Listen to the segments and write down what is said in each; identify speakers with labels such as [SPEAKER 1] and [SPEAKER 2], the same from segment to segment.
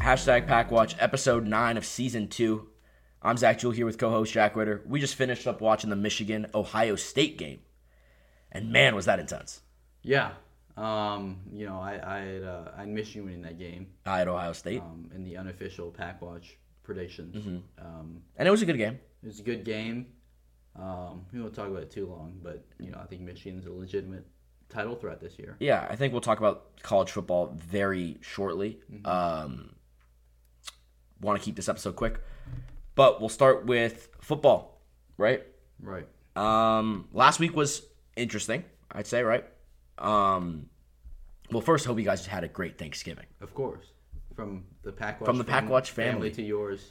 [SPEAKER 1] Hashtag PackWatch, episode 9 of season 2. I'm Zach Jewell here with co host Jack Ritter. We just finished up watching the Michigan Ohio State game. And man, was that intense.
[SPEAKER 2] Yeah. Um, you know, I I had, uh, I had Michigan winning that game
[SPEAKER 1] I had Ohio State.
[SPEAKER 2] um, in the unofficial pack watch predictions.
[SPEAKER 1] Mm-hmm.
[SPEAKER 2] Um,
[SPEAKER 1] And it was a good game.
[SPEAKER 2] it was a good game. Um, we won't talk about it too long, but you know, I think Michigan's a legitimate title threat this year.
[SPEAKER 1] Yeah, I think we'll talk about college football very shortly. Um, Want to keep this episode quick. But we'll start with football, right?
[SPEAKER 2] Right.
[SPEAKER 1] Um, last week was interesting, I'd say, right? Um, well, first, hope you guys had a great Thanksgiving.
[SPEAKER 2] Of course. From the pack watch
[SPEAKER 1] From the PackWatch family.
[SPEAKER 2] to yours.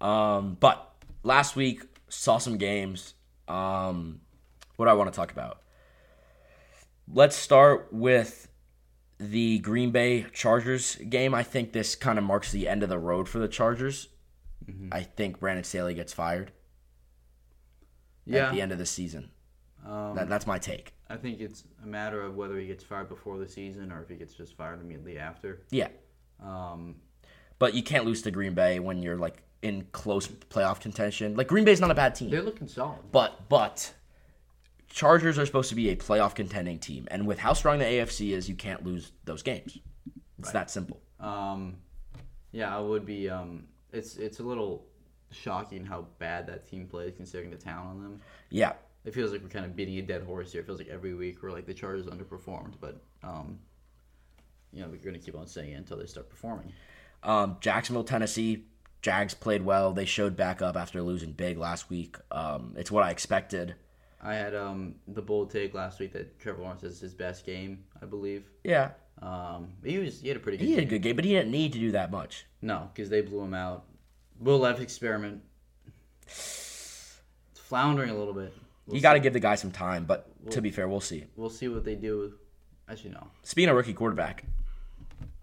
[SPEAKER 1] Um, but last week saw some games. Um, what do I want to talk about? Let's start with the Green Bay Chargers game. I think this kind of marks the end of the road for the Chargers.
[SPEAKER 2] Mm-hmm.
[SPEAKER 1] I think Brandon Staley gets fired at the
[SPEAKER 2] Yeah.
[SPEAKER 1] end of the season.
[SPEAKER 2] Um,
[SPEAKER 1] That, that's my take.
[SPEAKER 2] I think it's a matter of whether he gets fired before the season or if he gets just fired immediately after.
[SPEAKER 1] Yeah,
[SPEAKER 2] Um,
[SPEAKER 1] but you can't lose to Green Bay when you're like in close playoff contention. Like Green Bay's not a bad team.
[SPEAKER 2] they're looking solid.
[SPEAKER 1] But but Chargers are supposed to be a playoff contending team, and with how strong the AFC is, you can't lose those games. It's that simple.
[SPEAKER 2] Um, yeah, I would be. Um, it's it's a little shocking how bad that team plays considering the town on them.
[SPEAKER 1] Yeah,
[SPEAKER 2] It feels like we're kind of beating a dead horse here. It feels like every week we're like the Chargers underperformed, but um, you know we're going to keep on saying it until they start performing.
[SPEAKER 1] um, Jacksonville, Tennessee, Jags played well. They showed back up after losing big last week. Um, it's what I expected.
[SPEAKER 2] I had um, the bold take last week that Trevor Lawrence is his best game, I believe.
[SPEAKER 1] Yeah,
[SPEAKER 2] Um, he was he had a pretty good
[SPEAKER 1] he had a
[SPEAKER 2] game.
[SPEAKER 1] good game, but he didn't need to do that much.
[SPEAKER 2] No, because they blew him out. Will Lev experiment it's floundering a little bit. We'll
[SPEAKER 1] You got to give the guy some time, but to be fair, we'll see.
[SPEAKER 2] We'll see what they do. As you know,
[SPEAKER 1] Speaking of rookie quarterback,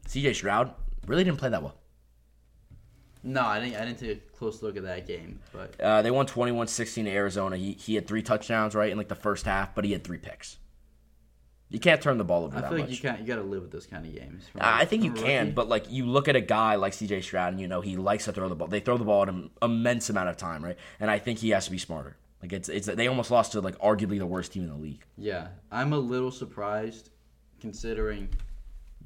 [SPEAKER 1] C.J. Stroud really didn't play that well.
[SPEAKER 2] no, I didn't. I didn't take a close look at that game, but
[SPEAKER 1] Uh, they won 21-16 to Arizona. He, he had three touchdowns, right, in like the first half, but he had three picks. You can't turn the ball over
[SPEAKER 2] I
[SPEAKER 1] that
[SPEAKER 2] feel like
[SPEAKER 1] much.
[SPEAKER 2] you can You got to live with those kind of games. From
[SPEAKER 1] I
[SPEAKER 2] a-
[SPEAKER 1] I think you
[SPEAKER 2] from a
[SPEAKER 1] can,
[SPEAKER 2] rookie.
[SPEAKER 1] but like you look at a guy like CJ Stroud and you know he likes to throw the ball. They throw the ball at an immense amount of time, right? And I think he has to be smarter. Like it's it's they almost lost to like arguably the worst team in the league.
[SPEAKER 2] yeah, I'm a little surprised considering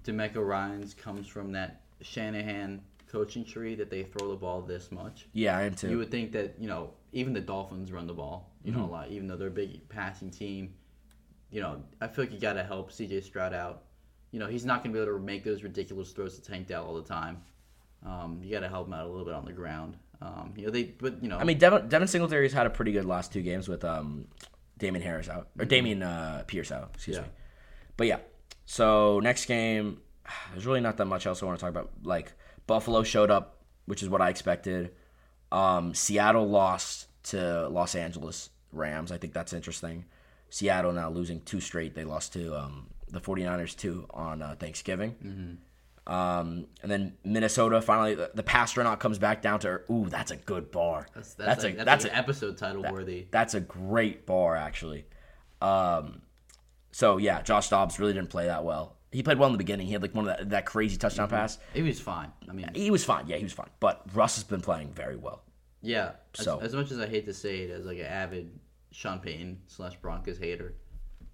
[SPEAKER 2] Demeco Ryan's comes from that Shanahan coaching tree that they throw the ball this much.
[SPEAKER 1] Yeah, Mm-hmm. I am
[SPEAKER 2] You
[SPEAKER 1] too.
[SPEAKER 2] would think that you know even the Dolphins run the ball you know a lot, even though they're a big passing team. You know, I feel like you got to help C.J. Stroud out. You know, he's not going to be able to make those ridiculous throws to Tank Dell all the time. Um, you got to help him out a little bit on the ground. Um, you know, they but you know,
[SPEAKER 1] I mean, Devin, Devin Singletary's had a pretty good last two games with um, Damon Harris out or Damien uh, Pierce out. Excuse
[SPEAKER 2] Yeah.
[SPEAKER 1] me. But yeah, so next game, there's really not that much else I want to talk about. Like Buffalo showed up, which is what I expected. Um, Seattle lost to Los Angeles Rams. I think that's interesting. Seattle now losing two straight. They lost to um, the 49ers too on uh, Thanksgiving.
[SPEAKER 2] Mm-hmm.
[SPEAKER 1] Um, and then Minnesota finally the, the astronaut comes back down to earth. Ooh, that's a good bar.
[SPEAKER 2] that's that's, like,
[SPEAKER 1] a that's
[SPEAKER 2] that's, like
[SPEAKER 1] a
[SPEAKER 2] an episode title worthy.
[SPEAKER 1] that's a great bar actually. Um, so yeah, Josh Dobbs really didn't play that well. He played well in the beginning. He had like one of that, that crazy touchdown pass.
[SPEAKER 2] He was fine. I mean,
[SPEAKER 1] He was fine. Yeah, he was fine. But Russ has been playing very well.
[SPEAKER 2] yeah. As,
[SPEAKER 1] So-
[SPEAKER 2] as much as I hate to say it, as like an avid Sean Payton slash Broncos hater,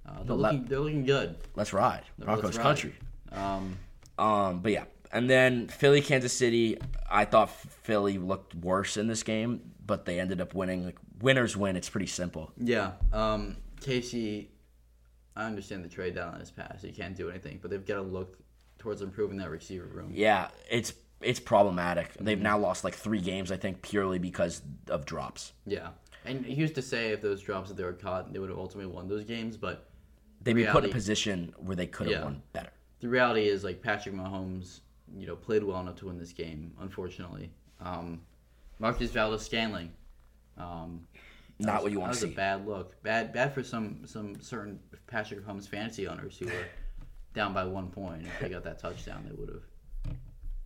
[SPEAKER 2] uh, they're looking they're looking good.
[SPEAKER 1] Let's ride, Broncos
[SPEAKER 2] Let's ride.
[SPEAKER 1] country.
[SPEAKER 2] Um,
[SPEAKER 1] Um, but yeah, and then Philly, Kansas City. I thought Philly looked worse in this game, but they ended up winning. Like winners win. It's pretty simple.
[SPEAKER 2] Yeah. Um, Casey, I understand the trade down on his pass. He can't do anything, but they've got to look towards improving that receiver room.
[SPEAKER 1] Yeah, it's it's problematic. They've
[SPEAKER 2] Mm-hmm.
[SPEAKER 1] now lost like three games, I think, purely because of drops.
[SPEAKER 2] Yeah. And he used to say if those drops that they were caught, they would have ultimately won those games. But
[SPEAKER 1] They've been put in
[SPEAKER 2] Reality.
[SPEAKER 1] a position where they could have
[SPEAKER 2] Yeah.
[SPEAKER 1] won better.
[SPEAKER 2] the reality is, like Patrick Mahomes, you know, played well enough to win this game. Unfortunately, um, Marcus Valdez Scanling. Um, that
[SPEAKER 1] Not
[SPEAKER 2] was-
[SPEAKER 1] what you want
[SPEAKER 2] That
[SPEAKER 1] to
[SPEAKER 2] was a
[SPEAKER 1] see.
[SPEAKER 2] bad look. Bad, bad for some some certain Patrick Mahomes fantasy owners who were down by one point. If they got that touchdown, they would have.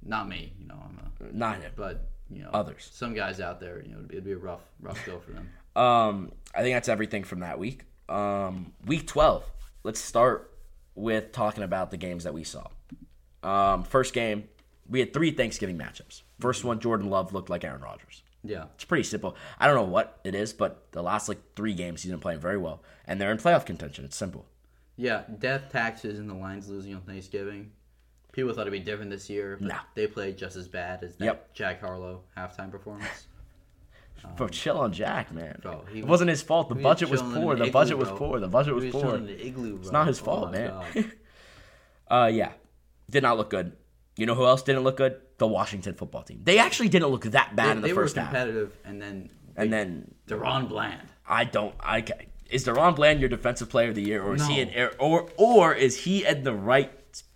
[SPEAKER 2] Not me, you know.
[SPEAKER 1] Mm.
[SPEAKER 2] I'm a
[SPEAKER 1] Not him.
[SPEAKER 2] but you know
[SPEAKER 1] Others.
[SPEAKER 2] some guys out there you know it'd be, it'd be a rough rough go for them
[SPEAKER 1] Um, I think that's everything from that week. Um, week twelve. Let's start with talking about the games that we saw. Um, first game, we had three Thanksgiving matchups. First one, Jordan Love looked like Aaron Rodgers.
[SPEAKER 2] Yeah.
[SPEAKER 1] It's pretty simple. I don't know what it is, but the last like three games he's been playing very well, and they're in playoff contention. It's simple.
[SPEAKER 2] Yeah, death taxes and the Lions losing on Thanksgiving. People thought it'd be different this year, but
[SPEAKER 1] No.
[SPEAKER 2] they played just as bad as that
[SPEAKER 1] Yep.
[SPEAKER 2] Jack Harlow halftime performance.
[SPEAKER 1] Bro, chill on Jack, man.
[SPEAKER 2] Um, Bro, he
[SPEAKER 1] it
[SPEAKER 2] was-
[SPEAKER 1] wasn't his fault. The
[SPEAKER 2] We
[SPEAKER 1] budget was
[SPEAKER 2] chilling in
[SPEAKER 1] poor.
[SPEAKER 2] an
[SPEAKER 1] The
[SPEAKER 2] igloo,
[SPEAKER 1] budget was
[SPEAKER 2] bro.
[SPEAKER 1] poor. The budget was
[SPEAKER 2] We
[SPEAKER 1] poor.
[SPEAKER 2] chilling in an igloo, bro.
[SPEAKER 1] It's not his
[SPEAKER 2] Oh
[SPEAKER 1] fault,
[SPEAKER 2] my God.
[SPEAKER 1] man. uh, yeah, did not look good. You know who else didn't look good? The Washington football team. They actually didn't look that bad in the
[SPEAKER 2] they
[SPEAKER 1] first
[SPEAKER 2] were
[SPEAKER 1] half.
[SPEAKER 2] competitive, and then
[SPEAKER 1] And then
[SPEAKER 2] Deron Bland.
[SPEAKER 1] I don't. I ca- is Deron Bland your defensive player of the year, or is he
[SPEAKER 2] No.
[SPEAKER 1] an air, or or is he at the right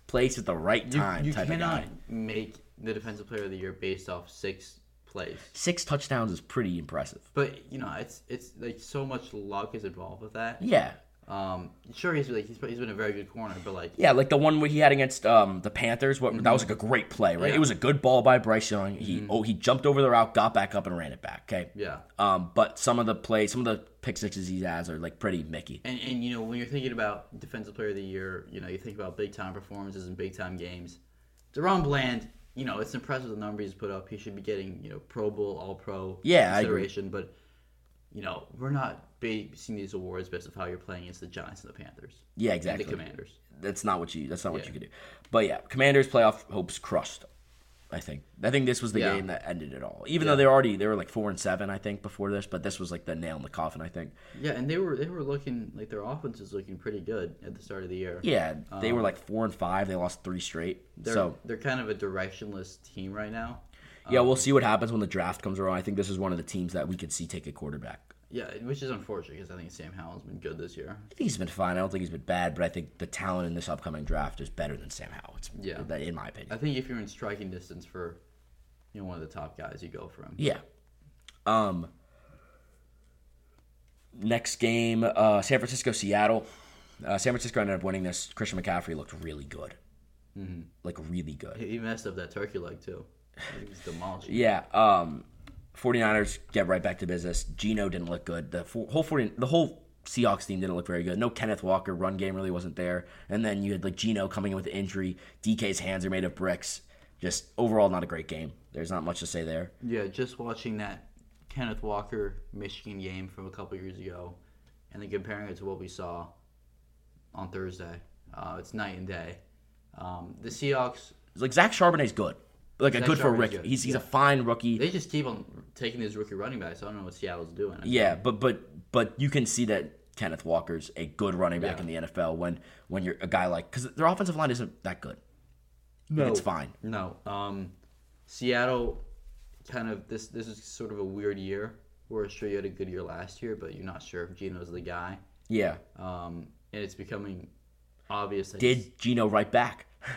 [SPEAKER 1] place at the right
[SPEAKER 2] You,
[SPEAKER 1] time?
[SPEAKER 2] you
[SPEAKER 1] type
[SPEAKER 2] cannot
[SPEAKER 1] of guy.
[SPEAKER 2] make the defensive player of the year based off six plays.
[SPEAKER 1] Six touchdowns is pretty impressive.
[SPEAKER 2] But you know, it's it's like so much luck is involved with that.
[SPEAKER 1] Yeah,
[SPEAKER 2] Um, sure, he's like he's, he's been a very good corner, but like
[SPEAKER 1] yeah, like the one where he had against um, the Panthers. What that was like a great play, right?
[SPEAKER 2] Mm-hmm. Yeah. Mm-hmm.
[SPEAKER 1] It was a good ball by Bryce Young. He oh he jumped over the route, got back up, and ran it back. Okay.
[SPEAKER 2] yeah.
[SPEAKER 1] Um, but some of the plays, some of the pick sixes he has are like pretty Mickey.
[SPEAKER 2] And, and you know when you're thinking about defensive player of the year, you know you think about big time performances and big time games. Deron Bland, you know it's impressive the numbers he's put up. He should be getting you know Pro Bowl, All Pro
[SPEAKER 1] Yeah, I agree.
[SPEAKER 2] consideration. But you know we're not basing these awards based off how you're playing against the Giants and the Panthers,
[SPEAKER 1] Yeah,
[SPEAKER 2] and
[SPEAKER 1] exactly.
[SPEAKER 2] the Commanders.
[SPEAKER 1] that's not what you that's not what
[SPEAKER 2] Yeah.
[SPEAKER 1] you could do. But yeah, Commanders playoff hopes crushed. I think. I think this was the
[SPEAKER 2] Yeah.
[SPEAKER 1] game that ended it all. Even though they were already they were like four and seven, I think, before this, but this was like the nail in the coffin, I think.
[SPEAKER 2] Yeah, and they were they were looking like their offense was looking pretty good at the start of the year.
[SPEAKER 1] Yeah, they were like four and five. They lost three straight.
[SPEAKER 2] um, they're,
[SPEAKER 1] So
[SPEAKER 2] they're kind of a directionless team right now.
[SPEAKER 1] yeah,
[SPEAKER 2] um,
[SPEAKER 1] we'll see what happens when the draft comes around. I think this is one of the teams that we could see take a quarterback.
[SPEAKER 2] Yeah, which is unfortunate because I think Sam Howell's been good this year.
[SPEAKER 1] I think he's been fine. I don't think he's been bad, but I think the talent in this upcoming draft is better than Sam Howell. It's,
[SPEAKER 2] Yeah.
[SPEAKER 1] that- in my
[SPEAKER 2] I
[SPEAKER 1] opinion.
[SPEAKER 2] think if you're in striking distance for, you know, one of the top guys, you go for him.
[SPEAKER 1] Yeah. Um. Next game, uh, San Francisco Seattle. Uh, San Francisco ended up winning this. Christian McCaffrey looked really good, like really good.
[SPEAKER 2] He he messed up that turkey leg too. He was demolishing.
[SPEAKER 1] Yeah. Um. 49ers get right back to business. Gino didn't look good. The fo- whole 40, the whole Seahawks team didn't look very good. No Kenneth Walker run game really wasn't there. And then you had like Gino coming in with an injury. DK's hands are made of bricks. Just overall not a great game. There's not much to say there.
[SPEAKER 2] Yeah, just watching that Kenneth Walker Michigan game from a couple years ago, and then comparing it to what we saw on Thursday, uh, it's night and day. Um, the Seahawks,
[SPEAKER 1] Like Zach Charbonnet's good. Like a
[SPEAKER 2] Zach
[SPEAKER 1] good for a
[SPEAKER 2] Charbonnet's
[SPEAKER 1] rookie.
[SPEAKER 2] good,
[SPEAKER 1] He's he's a
[SPEAKER 2] yeah.
[SPEAKER 1] fine rookie.
[SPEAKER 2] they just keep on taking these rookie running backs. I don't know what Seattle's doing.
[SPEAKER 1] yeah, but but but you can see that Kenneth Walker's a good running back
[SPEAKER 2] Yeah.
[SPEAKER 1] in the NFL when when you're a guy like because their offensive line isn't that good. No, it's fine.
[SPEAKER 2] No. Um, Seattle, kind of this. This is sort of a weird year. We're sure you had a good year last year, but you're not sure if Gino's the guy.
[SPEAKER 1] Yeah,
[SPEAKER 2] Um, and it's becoming obvious. That he's-
[SPEAKER 1] did Gino right back?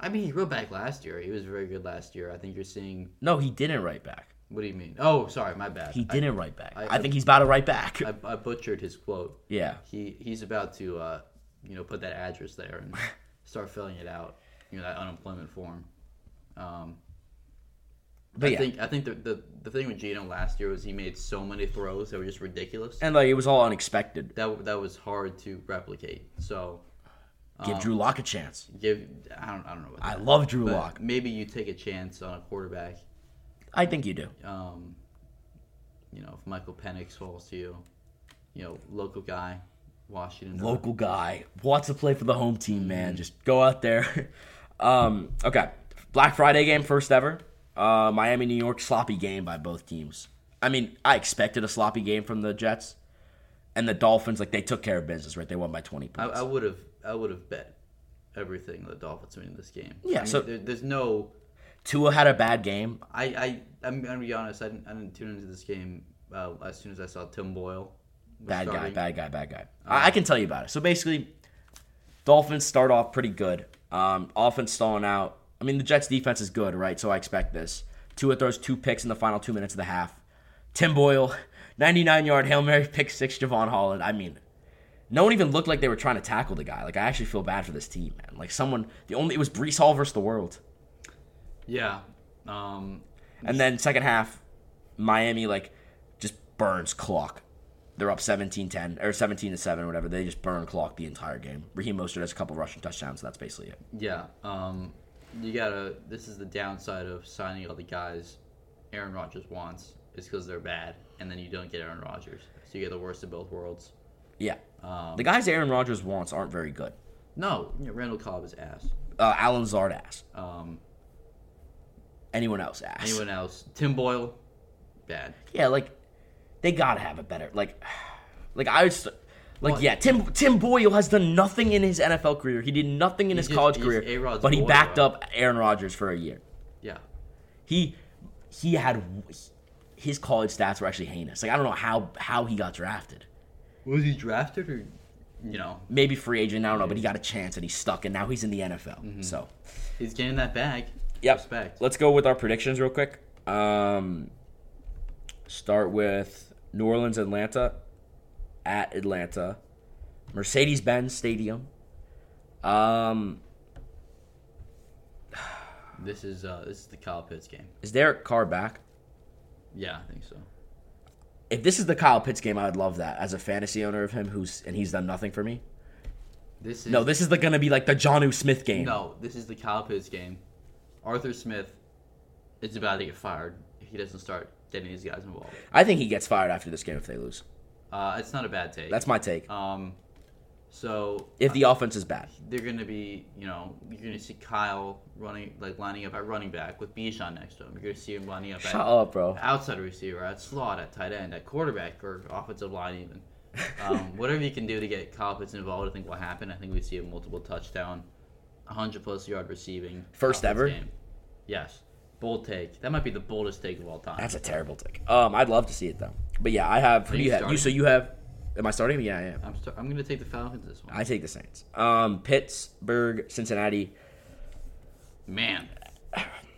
[SPEAKER 2] I mean he wrote back last year? He was very good last year. I think you're seeing.
[SPEAKER 1] No, he didn't right back.
[SPEAKER 2] What do you mean? Oh, sorry, my bad.
[SPEAKER 1] He didn't right back. I,
[SPEAKER 2] I-
[SPEAKER 1] think he's about to right back.
[SPEAKER 2] I, I butchered his quote.
[SPEAKER 1] yeah,
[SPEAKER 2] He he's about to uh, you know put that address there and start filling it out. You know that unemployment form. Um,
[SPEAKER 1] but
[SPEAKER 2] I
[SPEAKER 1] yeah,
[SPEAKER 2] think I think the, the the thing with Geno last year was he made so many throws that were just ridiculous.
[SPEAKER 1] and like it was all unexpected.
[SPEAKER 2] that that was hard to replicate. So
[SPEAKER 1] Give Drew Lock a chance.
[SPEAKER 2] give I don't I don't know what
[SPEAKER 1] I love Drew
[SPEAKER 2] Oh. but
[SPEAKER 1] Lock.
[SPEAKER 2] Maybe you take a chance on a quarterback.
[SPEAKER 1] I think you do.
[SPEAKER 2] Um, you know, if Michael Penix falls to you, you know, local guy, Washington.
[SPEAKER 1] local guy wants to play for the home team
[SPEAKER 2] Mm.
[SPEAKER 1] man just go out there um, okay black friday game first ever uh, miami new york sloppy game by both teams i mean i expected a sloppy game from the jets and the dolphins like they took care of business right they won by 20
[SPEAKER 2] I,
[SPEAKER 1] points
[SPEAKER 2] I would have I would have bet everything the Dolphins win this game.
[SPEAKER 1] Yeah,
[SPEAKER 2] I mean,
[SPEAKER 1] so-
[SPEAKER 2] there, there's no
[SPEAKER 1] tua had a bad game
[SPEAKER 2] I I I'm gonna be honest. I didn't I didn't tune into this game uh, as soon as I saw Tim Boyle. was
[SPEAKER 1] bad guy
[SPEAKER 2] starting.
[SPEAKER 1] bad guy bad guy I, I can tell you about it so basically dolphins start off pretty good um, offense stalling out i mean the jets defense is good right so i expect this tua throws two picks in the final two minutes of the half tim boyle 99 yard hail mary pick six javon holland i mean no one even looked like they were trying to tackle the guy like i actually feel bad for this team man like someone the only it was brees hall versus the world
[SPEAKER 2] Yeah. Um,
[SPEAKER 1] And then second half, Miami like just burns clock. They're up 17-10 or 17 to 7 whatever. They just burn clock the entire game. Raheem Mostert has a couple rushing touchdowns, so that's basically it.
[SPEAKER 2] yeah. Um, you gotta. This is the downside of signing all the guys Aaron Rodgers wants is because they're bad, and then you don't get Aaron Rodgers, so you get the worst of both worlds.
[SPEAKER 1] Yeah.
[SPEAKER 2] Um,
[SPEAKER 1] the guys Aaron Rodgers wants aren't very good.
[SPEAKER 2] No, you know, Randall Cobb is ass.
[SPEAKER 1] Uh, Alan Zard ass.
[SPEAKER 2] Um,
[SPEAKER 1] Anyone else ass.
[SPEAKER 2] anyone else? Tim Boyle, bad.
[SPEAKER 1] Yeah, like they gotta have a better like, like I just like
[SPEAKER 2] What?
[SPEAKER 1] yeah. Tim Tim Boyle has done nothing in his NFL career. He did nothing in his
[SPEAKER 2] just-
[SPEAKER 1] college
[SPEAKER 2] he's
[SPEAKER 1] career,
[SPEAKER 2] A-Rod's
[SPEAKER 1] but he
[SPEAKER 2] boy,
[SPEAKER 1] backed
[SPEAKER 2] bro.
[SPEAKER 1] up Aaron Rodgers for a year.
[SPEAKER 2] Yeah,
[SPEAKER 1] He he had his college stats were actually heinous. Like I don't know how how he got drafted.
[SPEAKER 2] was he drafted or, you know,
[SPEAKER 1] Maybe free agent, I don't know, but he got a chance and he's stuck, and now he's in the NFL. So
[SPEAKER 2] he's getting that bag.
[SPEAKER 1] Yep.
[SPEAKER 2] Respect.
[SPEAKER 1] Let's go with our predictions real quick. Um, start with New Orleans, Atlanta, at Atlanta, Mercedes Benz Stadium. Um,
[SPEAKER 2] This is uh, this is the Kyle Pitts game.
[SPEAKER 1] is Derek Carr back?
[SPEAKER 2] Yeah, I think so.
[SPEAKER 1] If this is the Kyle Pitts game, I would love that as a fantasy owner of him, who's and he's done nothing for me.
[SPEAKER 2] This is
[SPEAKER 1] No, this is the, gonna be like the Johnu Smith game.
[SPEAKER 2] No, this is the Kyle Pitts game. Arthur Smith is about to get fired if he doesn't start getting these guys involved.
[SPEAKER 1] I think he gets fired after this game if they lose.
[SPEAKER 2] Uh, it's not a bad take.
[SPEAKER 1] That's my take.
[SPEAKER 2] um, so
[SPEAKER 1] If the offense is bad,
[SPEAKER 2] they're going to be, you know, you're going to see Kyle running, like lining up at running back with Bijan next to him. You're going to see him lining up
[SPEAKER 1] shut
[SPEAKER 2] at
[SPEAKER 1] up, bro.
[SPEAKER 2] outside receiver, at slot, at tight end, at quarterback, or offensive line even. Um, whatever you can do to get Kyle Pitts involved, I think will happen. I think we see a multiple touchdown, 100 plus yard receiving.
[SPEAKER 1] First
[SPEAKER 2] Kyle Pitts
[SPEAKER 1] ever?
[SPEAKER 2] Game. Yes. Bold take. That might be the boldest take of all time.
[SPEAKER 1] That's a terrible tick. Um, I'd love to see it though. But yeah, I have. Who do
[SPEAKER 2] you
[SPEAKER 1] you have? You so you have. Am I starting? Yeah, I am.
[SPEAKER 2] I'm, st- I'm going to take the Falcons this one.
[SPEAKER 1] I take the Saints. Um, Pittsburgh, Cincinnati.
[SPEAKER 2] Man.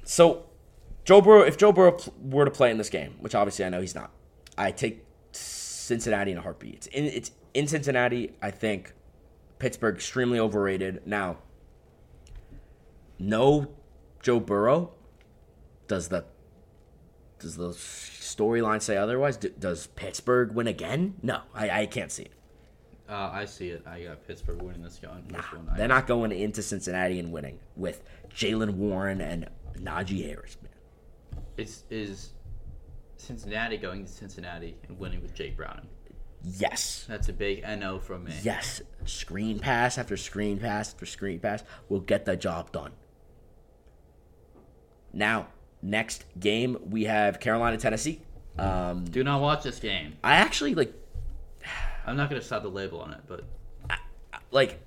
[SPEAKER 1] So, Joe Burrow. If Joe Burrow pl- were to play in this game, which obviously I know he's not, I take Cincinnati in a heartbeat. It's in. It's in Cincinnati. I think Pittsburgh extremely overrated. Now, no Joe Burrow. Does the does the storyline say otherwise? D- does Pittsburgh win again? No, I, I can't see it.
[SPEAKER 2] Uh, I see it. I got Pittsburgh winning this one. This one. I-
[SPEAKER 1] They're not going into Cincinnati and winning with Jalen Warren and Najee Harris, man.
[SPEAKER 2] It's, is Cincinnati going to Cincinnati and winning with Jake Browning?
[SPEAKER 1] Yes.
[SPEAKER 2] That's a big NO from me.
[SPEAKER 1] Yes. Screen pass after screen pass after screen pass will get the job done. Now, next game, we have Carolina, Tennessee. Um,
[SPEAKER 2] Do not watch this game.
[SPEAKER 1] I actually like,
[SPEAKER 2] I'm not going to slap the label on it, but
[SPEAKER 1] like,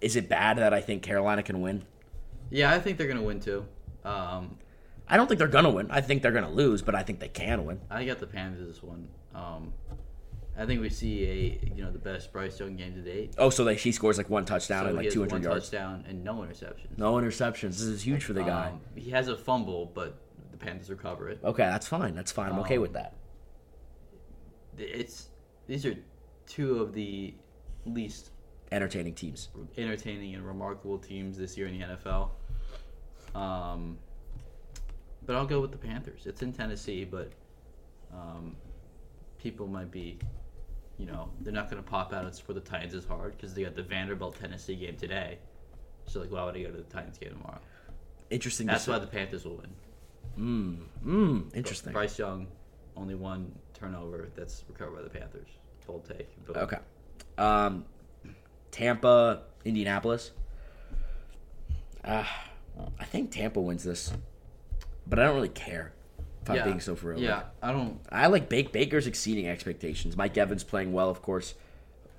[SPEAKER 1] is it bad that I think Carolina can win?
[SPEAKER 2] Yeah, I think they're gonna win too. Um,
[SPEAKER 1] I don't think they're gonna win. I think they're gonna lose, but I think they can win.
[SPEAKER 2] I got the Panthers this one. Um, I think we see a you know the best Bryce Young game to date.
[SPEAKER 1] Oh, so like he scores like one touchdown
[SPEAKER 2] So
[SPEAKER 1] and
[SPEAKER 2] he
[SPEAKER 1] like
[SPEAKER 2] has
[SPEAKER 1] two hundred
[SPEAKER 2] one
[SPEAKER 1] yards,
[SPEAKER 2] touchdown and no interceptions.
[SPEAKER 1] no interceptions. This is huge for the guy.
[SPEAKER 2] Um, he has a fumble, but the Panthers recover it.
[SPEAKER 1] Okay, that's fine. That's fine. I'm okay
[SPEAKER 2] Um,
[SPEAKER 1] with that.
[SPEAKER 2] It's these are two of the least
[SPEAKER 1] Entertaining teams.
[SPEAKER 2] entertaining and remarkable teams this year in the NFL. Um, but I'll go with the Panthers. It's in Tennessee, but um, people might be, you know, they're not going to pop out and support the Titans as hard because they got the Vanderbilt Tennessee game today. So like, why would I go to the Titans game tomorrow?
[SPEAKER 1] Interesting.
[SPEAKER 2] That's
[SPEAKER 1] to
[SPEAKER 2] why the Panthers will win.
[SPEAKER 1] Mm, interesting.
[SPEAKER 2] Bryce Young, only one turnover that's recovered by the Panthers. Bold take. Boom.
[SPEAKER 1] Okay. Um, Tampa, Indianapolis. Uh, I think Tampa wins this, but I don't really care if I'm being so for real.
[SPEAKER 2] Yeah, I don't.
[SPEAKER 1] I like Bake Baker's exceeding expectations. Mike Evans playing well, of course.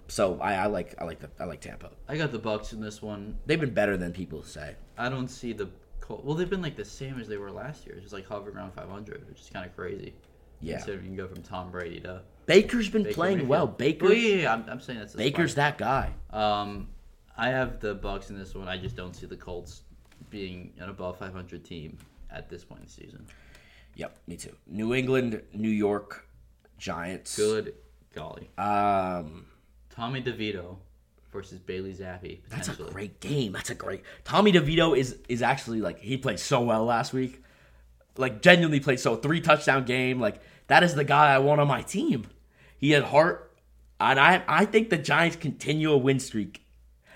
[SPEAKER 1] So I, I like I like the, I like Tampa.
[SPEAKER 2] I got the Bucks in this one.
[SPEAKER 1] They've been better than people say.
[SPEAKER 2] I don't see the Col- well. They've been like the same as they were last year, just like hovering around 500, which is kind of crazy.
[SPEAKER 1] Yeah.
[SPEAKER 2] considering you can go from Tom Brady to
[SPEAKER 1] Baker's been
[SPEAKER 2] Baker
[SPEAKER 1] playing
[SPEAKER 2] Mayfield.
[SPEAKER 1] well.
[SPEAKER 2] Oh,
[SPEAKER 1] Baker
[SPEAKER 2] yeah, yeah, yeah, I'm, I'm saying that's a
[SPEAKER 1] Baker's that
[SPEAKER 2] spot.
[SPEAKER 1] guy.
[SPEAKER 2] Um, I have the Bucks in this one. I just don't see the Colts being an above 500 team at this point in the season.
[SPEAKER 1] Yep, me too. New England, New York, Giants.
[SPEAKER 2] Good golly,
[SPEAKER 1] Um,
[SPEAKER 2] Tommy DeVito versus Bailey Zappi.
[SPEAKER 1] that's a
[SPEAKER 2] Potentially.
[SPEAKER 1] great game. That's a great. Tommy DeVito is is actually like he played so well last week, like genuinely played so three touchdown game. Like that is the guy I want on my team. He had heart, and I I think the Giants continue a win streak,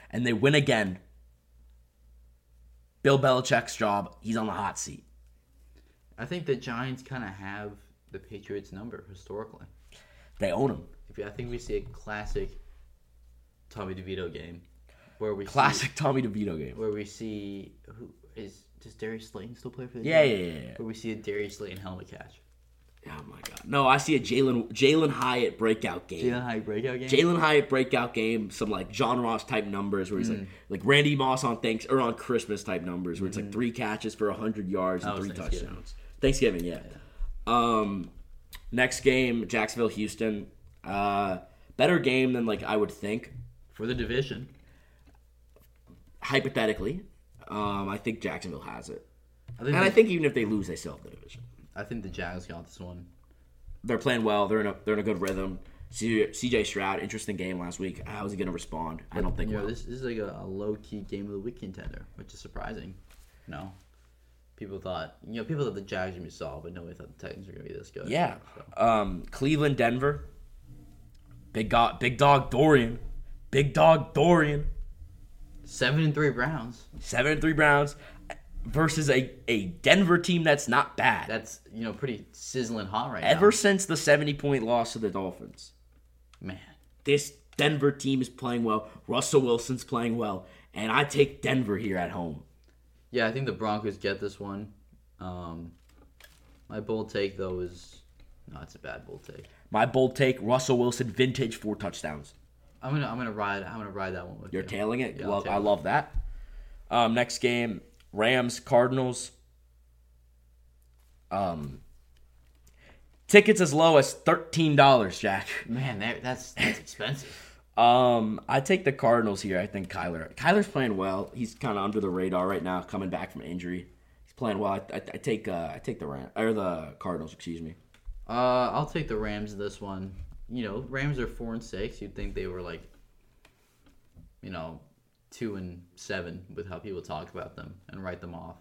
[SPEAKER 1] and they win again. Bill Belichick's job. He's on the hot seat.
[SPEAKER 2] I think the Giants kind of have the Patriots number historically.
[SPEAKER 1] They own him.
[SPEAKER 2] If you, I think we see a classic Tommy DeVito game where we
[SPEAKER 1] Classic Tommy DeVito
[SPEAKER 2] see,
[SPEAKER 1] game.
[SPEAKER 2] where we see who is does Darius Slayton still play for the
[SPEAKER 1] Yeah, yeah,
[SPEAKER 2] Giants?
[SPEAKER 1] yeah. yeah.
[SPEAKER 2] Where we see a Darius Slayton helmet catch.
[SPEAKER 1] Oh my god. No, I see a Jalen Jalen Hyatt breakout
[SPEAKER 2] You
[SPEAKER 1] game.
[SPEAKER 2] know how you breakout game?
[SPEAKER 1] Jalen Hyatt breakout game. Some like John Ross type numbers where he's like like Randy Moss on thanks or on Christmas type numbers where it's like three catches for hundred yards and
[SPEAKER 2] was
[SPEAKER 1] three
[SPEAKER 2] Thanksgiving.
[SPEAKER 1] touchdowns. Thanksgiving, yeah. Um, next game Jacksonville Houston. Uh, better game than like I would think
[SPEAKER 2] for the division.
[SPEAKER 1] hypothetically. Um, I think Jacksonville has it,
[SPEAKER 2] I think
[SPEAKER 1] and I
[SPEAKER 2] the-
[SPEAKER 1] think even if they lose, they still have the division.
[SPEAKER 2] I think the Jags got this one.
[SPEAKER 1] they're playing well. They're in a they're in a good rhythm. C- CJ Stroud, interesting game last week. How is he going to respond? I don't think.
[SPEAKER 2] You know,
[SPEAKER 1] well.
[SPEAKER 2] this, this is like a, a low key game of the week contender, which is surprising. You know, people thought you know people thought the Jags would be solid, but nobody thought the Titans were gonna be this good.
[SPEAKER 1] Yeah.
[SPEAKER 2] So,
[SPEAKER 1] Um, Cleveland, Denver. Big God, big dog Dorian, big dog Dorian.
[SPEAKER 2] seven and three Browns.
[SPEAKER 1] Seven and three Browns versus a a Denver team that's not bad.
[SPEAKER 2] That's you know pretty sizzling hot right
[SPEAKER 1] Ever since the seventy point loss to the Dolphins,
[SPEAKER 2] now. Man,
[SPEAKER 1] this Denver team is playing well. Russell Wilson's playing well, and I take Denver here at home.
[SPEAKER 2] yeah, I think the Broncos get this one. Um, my bold take though is no, it's a bad bold take.
[SPEAKER 1] My bold take: Russell Wilson, vintage four touchdowns.
[SPEAKER 2] I'm gonna I'm gonna ride I'm gonna ride that one with
[SPEAKER 1] You're
[SPEAKER 2] you.
[SPEAKER 1] tailing it.
[SPEAKER 2] Yeah, I'm
[SPEAKER 1] love, I
[SPEAKER 2] tailing
[SPEAKER 1] love that. Um, next game, Rams Cardinals. Um, tickets as low as thirteen dollars, Jack.
[SPEAKER 2] Man, that, that's that's expensive.
[SPEAKER 1] Um, I take the Cardinals here. I think Kyler. Kyler's playing well. He's kind of under the radar right now, coming back from injury. He's playing well. I, I, I take uh, I take the Ram or the Cardinals. Excuse me.
[SPEAKER 2] Uh, I'll take the Rams in this one. You know, Rams are four and six. You'd think they were like, you know, two and seven with how people talk about them and write them off.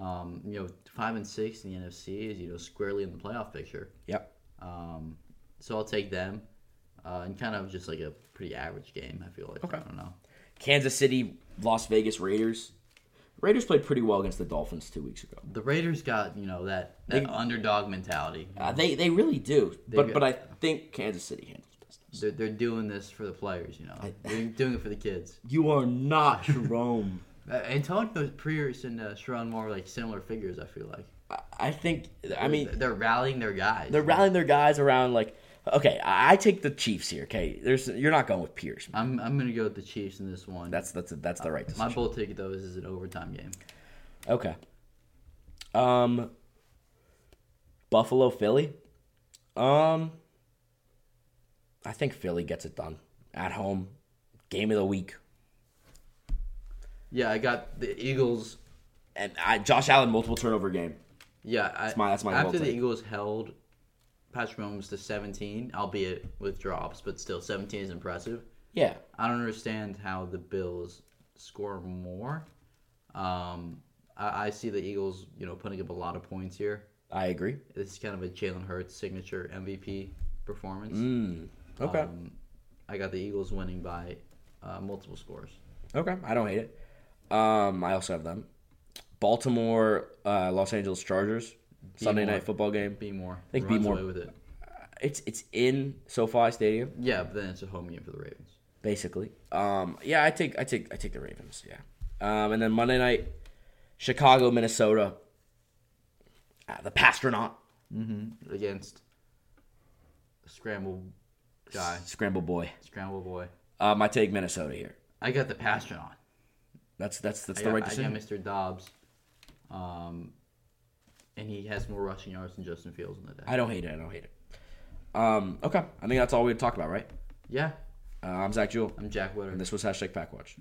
[SPEAKER 2] Um, you know, five and six in the NFC is you know squarely in the playoff picture.
[SPEAKER 1] Yep.
[SPEAKER 2] Um, so I'll take them, uh, and kind of just like a pretty average game. I feel like I don't know.
[SPEAKER 1] Kansas City, Las Vegas Raiders. Raiders played pretty well against the Dolphins two weeks ago.
[SPEAKER 2] The Raiders got you know that, that underdog mentality.
[SPEAKER 1] Uh, they they really do, but
[SPEAKER 2] got-
[SPEAKER 1] but I think Kansas City handles business.
[SPEAKER 2] They're, they're doing this for the players, you know. They're doing it for the kids.
[SPEAKER 1] You are not Jerome.
[SPEAKER 2] Uh, Antonio Pierce and uh, Sharon Moore are like similar figures. I feel like.
[SPEAKER 1] I- I think. I mean,
[SPEAKER 2] They're- they're rallying their guys.
[SPEAKER 1] they're rallying their guys around. Like, okay, I I take the Chiefs here. Okay, there's you're not going with Pierce. Man.
[SPEAKER 2] I'm I'm gonna go with the Chiefs in this one.
[SPEAKER 1] That's that's that's the right
[SPEAKER 2] my
[SPEAKER 1] decision.
[SPEAKER 2] bold ticket though is, is an overtime game.
[SPEAKER 1] Okay. Um. Buffalo, Philly. Um. I think Philly gets it done at home. Game of the week.
[SPEAKER 2] Yeah, I got the Eagles.
[SPEAKER 1] And I, Josh Allen multiple turnover game.
[SPEAKER 2] Yeah, I, that's
[SPEAKER 1] my- that's my bold
[SPEAKER 2] After the
[SPEAKER 1] take.
[SPEAKER 2] Eagles held Patrick Mahomes to 17, albeit with drops, but still 17 is impressive.
[SPEAKER 1] Yeah.
[SPEAKER 2] I don't understand how the Bills score more. Um, I, I see the Eagles, you know, putting up a lot of points here.
[SPEAKER 1] I agree.
[SPEAKER 2] This is kind of a Jalen Hurts signature MVP performance.
[SPEAKER 1] Mm. Okay.
[SPEAKER 2] Um, I got the Eagles winning by uh, multiple scores.
[SPEAKER 1] Okay, I don't hate it. Um, I also have them. Baltimore, uh, Los Angeles Chargers, Sunday
[SPEAKER 2] more.
[SPEAKER 1] night football game.
[SPEAKER 2] Be more.
[SPEAKER 1] think
[SPEAKER 2] runs
[SPEAKER 1] Be more-
[SPEAKER 2] away with it.
[SPEAKER 1] It's it's in SoFi Stadium,
[SPEAKER 2] Yeah, but then it's a home game for the Ravens.
[SPEAKER 1] basically. Um, yeah, I take I take I take the Ravens. Yeah, um, and then Monday night, Chicago, Minnesota, uh, the Pastronaut
[SPEAKER 2] Against Scramble Guy.
[SPEAKER 1] Scramble Boy.
[SPEAKER 2] Scramble Boy.
[SPEAKER 1] Um, I take Minnesota here.
[SPEAKER 2] I got the Pastron.
[SPEAKER 1] That's that's that's
[SPEAKER 2] I
[SPEAKER 1] the
[SPEAKER 2] got,
[SPEAKER 1] right
[SPEAKER 2] I
[SPEAKER 1] decision.
[SPEAKER 2] got Mr. Dobbs. Um, and he has more rushing yards than Justin Fields in the day.
[SPEAKER 1] I don't hate it. I don't hate it. Um, okay, I think that's all we talked about, right?
[SPEAKER 2] yeah,
[SPEAKER 1] Uh, I'm Zach Jewell,
[SPEAKER 2] I'm Jack Witter.
[SPEAKER 1] and this was hashtag Packwatch.